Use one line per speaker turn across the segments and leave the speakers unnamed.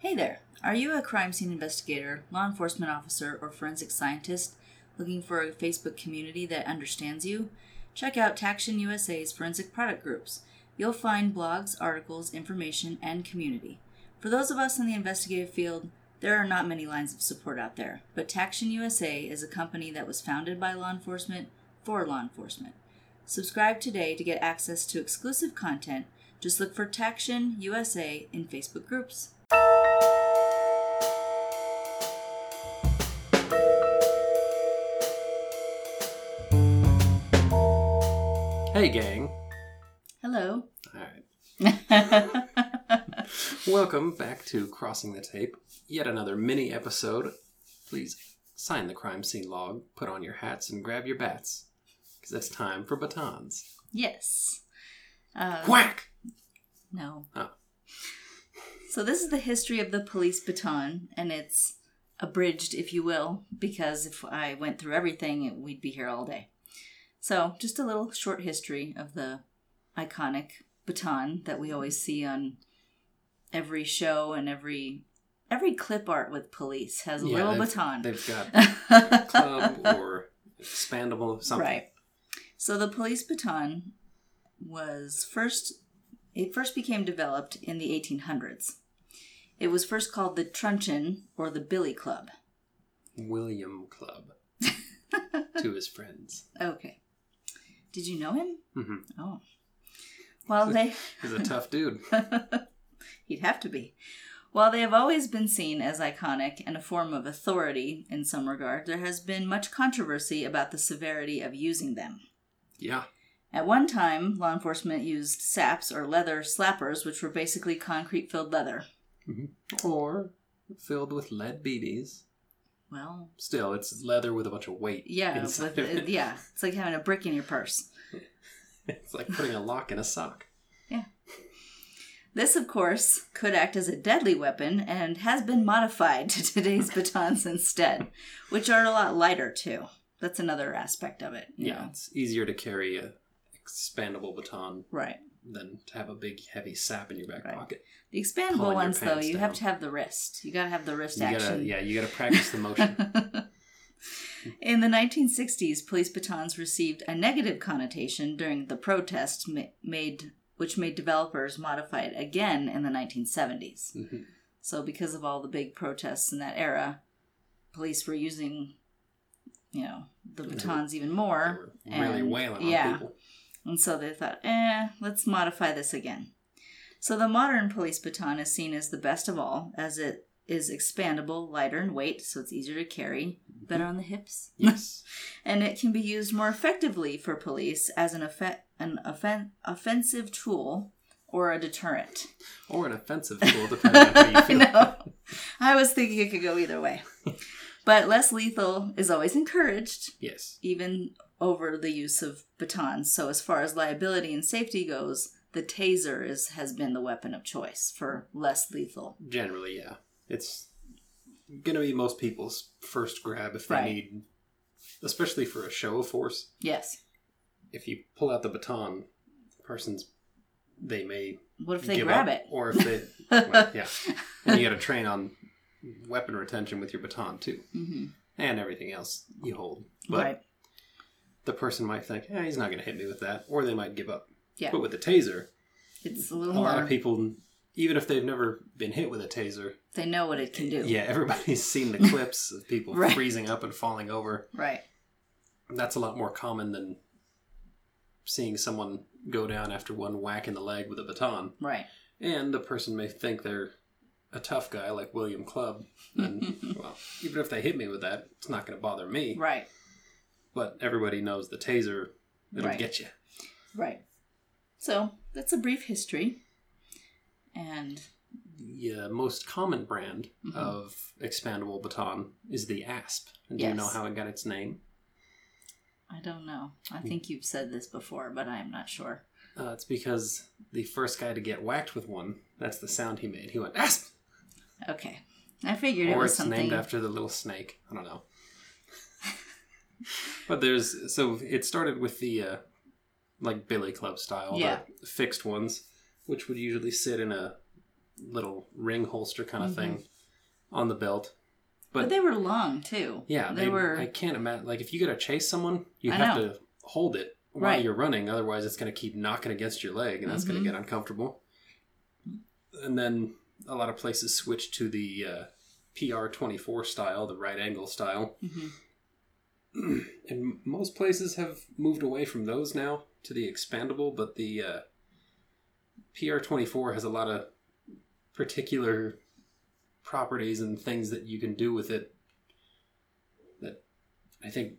Hey there. Are you a crime scene investigator, law enforcement officer, or forensic scientist looking for a Facebook community that understands you? Check out Taction USA's forensic product groups. You'll find blogs, articles, information, and community. For those of us in the investigative field, there are not many lines of support out there, but Taction USA is a company that was founded by law enforcement for law enforcement. Subscribe today to get access to exclusive content. Just look for Taction USA in Facebook groups.
Hey, gang.
Hello.
All right.
That's
Welcome back to Crossing the Tape, yet another mini episode. Please sign the crime scene log, put on your hats, and grab your bats, because it's time for batons.
yes. Uh,
Whack!
no.
Oh.
So this is the history of the police baton, and it's abridged, if you will, because if I went through everything, it, we'd be here all day. So just a little short history of the iconic baton that we always see on every show and every every clip art with police has a
Yeah,
little
they've-
baton.
They've got club or expandable something.
Right. So the police baton was first it first became developed in the 1800s. It was first called the truncheon or the billy club.
William Club to his friends.
Okay. Did you know him?
hmm
Oh. While they
He's a tough dude.
He'd have to be. While they have always been seen as iconic and a form of authority in some regard, there has been much controversy about the severity of using them.
Yeah.
At one time, law enforcement used saps or leather slappers, which were basically concrete filled leather.
Or filled with lead beaties.
Well,
Still, it's leather with a bunch of weight.
yeah,
inside
with,
of it.
yeah, it's like having a brick in your purse.
It's like putting a lock in a sock.
This, of course, could act as a deadly weapon and has been modified to today's batons instead, which are a lot lighter too. That's another aspect of it. you
Yeah,
know.
it's easier to carry a expandable baton
right.
than to have a big heavy sap in your back
Right.
pocket.
The expandable
Pulling your
ones, though,
pants
you
down.
have to have the wrist. You gotta have the wrist
You gotta,
action.
yeah, you gotta practice the motion.
In the 1960s, police batons received a negative connotation during the protest ma- made, which made developers modify it again in the 1970s.
Mhm.
So, because of all the big protests in that era, police were using, you know, the
Mhm.
batons even
They
more.
were really
and-
wailing on
yeah.
people.
And so they thought, eh, let's modify this again. So the modern police baton is seen as the best of all, as it is expandable, lighter in weight, so it's easier to carry, better
Mm-hmm.
on the hips,
Yes.
and it can be used more effectively for police as an, offe- an offen- offensive tool or a deterrent.
Or an offensive tool, depending on how you
I
feel.
know. I was thinking it could go either way. But less lethal is always encouraged,
Yes.
even over the use of batons. So as far as liability and safety goes, the taser is has been the weapon of choice for less lethal.
Generally, yeah. It's gonna be most people's first grab if they
Right.
need, especially for a show of force.
Yes.
If you pull out the baton, the person's they may
What if they
give
grab
up,
it?
or if they well, yeah, and you got to train on weapon retention with your baton too,
Mhm.
and everything else you hold. But
Right.
the person might think, "Yeah, he's not going to hit me with that," or they might give up.
Yeah.
But with the taser,
It's a
a
little
lot
more.
of people, even if they've never been hit with a taser,
They know what it can do.
yeah, everybody's seen the clips of people
Right.
freezing up and falling over.
Right.
That's a lot more common than seeing someone go down after one whack in the leg with a baton.
Right.
And the person may think they're a tough guy like William Club. And, well, even if they hit me with that, it's not going to bother me.
Right.
But everybody knows the taser, it'll
Right.
get you.
Right. So that's a brief history. And
The uh, most common brand
Mhm.
of expandable baton is the ASP. And Do you know
Yes.
how it got its name?
I don't know. I
Hmm.
think you've said this before, but I am not sure.
Uh, it's because the first guy to get whacked with one, that's the sound he made. He went, ASP!
Okay. I figured it
or
was
it's
something.
named after the little snake. I don't know. but there's so it started with the uh, like billy club style,
Yeah.
the fixed ones, which would usually sit in a little ring holster kind of thing on the belt.
Mm-hmm. But,
But-
they were long too.
Yeah,
they, were.
I can't imagine. Like if you gotta chase someone, you
I
have
know.
to hold it while
Right.
you're running. Otherwise, it's gonna keep knocking against your leg, and that's
Mhm.
gonna get uncomfortable. And then a lot of places switch to the uh, PR twenty four style, the right angle style,
Mhm.
and most places have moved away from those now to the expandable. But the uh, PR twenty four has a lot of particular properties and things that you can do with it that I think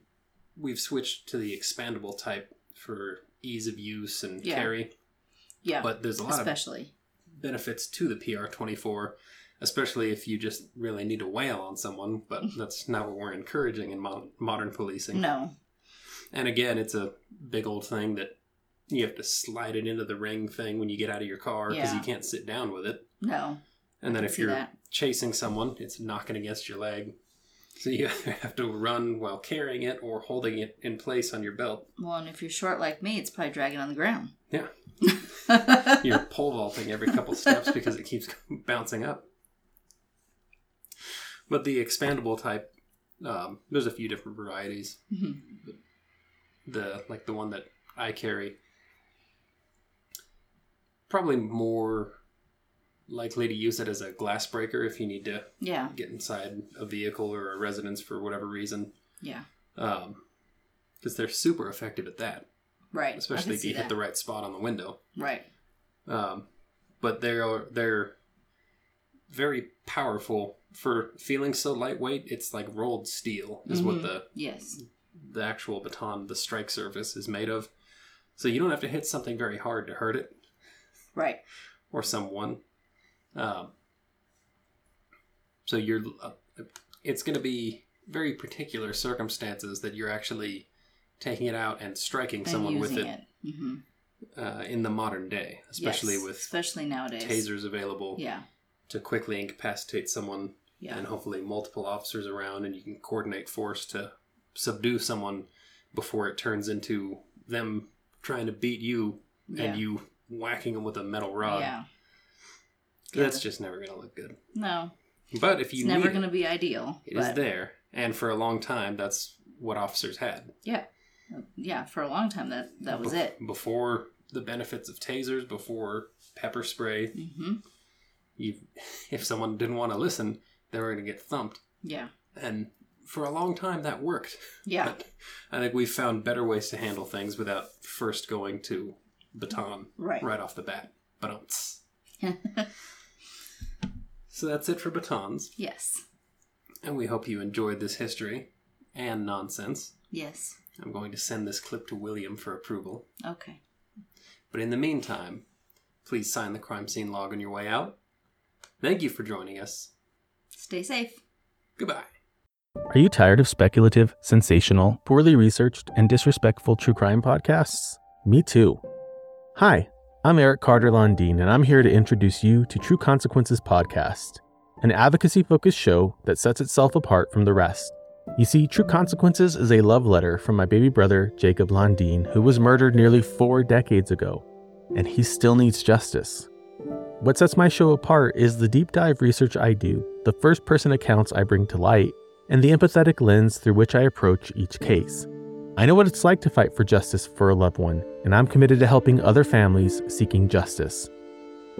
we've switched to the expandable type for ease of use and
Yeah.
carry.
Yeah,
But there's a lot
especially.
of benefits to the PR24, especially if you just really need to wail on someone, but that's not what we're encouraging in mo- modern policing.
No.
And again, it's a big old thing that you have to slide it into the ring thing when you get out of your car because
Yeah.
you can't sit down with it.
No.
And
I
then
can
if
see
you're
that.
chasing someone, it's knocking against your leg. So you either have to run while carrying it or holding it in place on your belt.
Well, and if you're short like me, it's probably dragging on the ground.
Yeah.
Yeah.
You're pole vaulting every couple steps because it keeps bouncing up. But the expandable type, um, there's a few different varieties.
Mm-hmm.
The like the one that I carry, probably more likely to use it as a glass breaker if you need to
yeah.
get inside a vehicle or a residence for whatever reason.
Yeah.
because they're super effective at that,
Right. I
especially
can
if you
see
hit
that.
the right spot on the window.
Right.
Um, but they're they're very powerful for feeling so lightweight. It's like rolled steel is
Mhm.
what the
Yes.
Mm. the actual baton, the strike surface is made of. So you don't have to hit something very hard to hurt it
Right.
or someone. Um, so you're uh, it's going to be very particular circumstances that you're actually taking it out and striking
And
someone with
using
it,
it. hmm
Uh, in the modern day, especially with
especially nowadays.
tasers available
Yeah.
to quickly incapacitate someone
Yeah.
and hopefully multiple officers around and you can coordinate force to subdue someone before it turns into them trying to beat you
yeah.
and you whacking them with a metal rod.
Yeah.
That's just never going to look good.
No.
But if you
It's
need
never
it,
going to be ideal.
It is
but
there, and for a long time, that's what officers had.
yeah, for a long time that that was
Bef-
it.
Before the benefits of tasers, before pepper spray,
hmm
you, if someone didn't want to listen, they were going to get thumped.
Yeah.
And for a long time, that worked.
Yeah.
But I think we've found better ways to handle things without first going to baton
Right.
right off the bat. But so that's it for batons,
Yes.
and we hope you enjoyed this history and nonsense.
Yes.
I'm going to send this clip to William for approval.
Okay.
But in the meantime, please sign the crime scene log on your way out. Thank you for joining us.
Stay safe.
Goodbye.
Are you tired of speculative, sensational, poorly researched, and disrespectful true crime podcasts? Me too. Hi, I'm Eric Carter Londine, and I'm here to introduce you to True Consequences Podcast, an advocacy focused show that sets itself apart from the rest. You see, True Consequences is a love letter from my baby brother, Jacob Londine, who was murdered nearly four decades ago, and he still needs justice. What sets my show apart is the deep dive research I do, the first person accounts I bring to light, and the empathetic lens through which I approach each case. I know what it's like to fight for justice for a loved one, and I'm committed to helping other families seeking justice.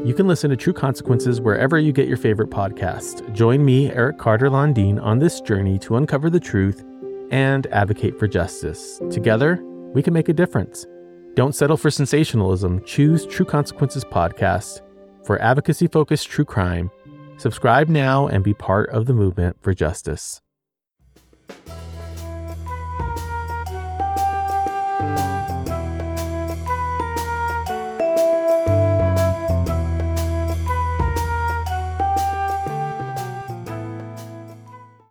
You can listen to True Consequences wherever you get your favorite podcast. Join me, Eric Carter Londine, on this journey to uncover the truth and advocate for justice. Together, we can make a difference. Don't settle for sensationalism. Choose True Consequences Podcast for advocacy focused true crime. Subscribe now and be part of the movement for justice.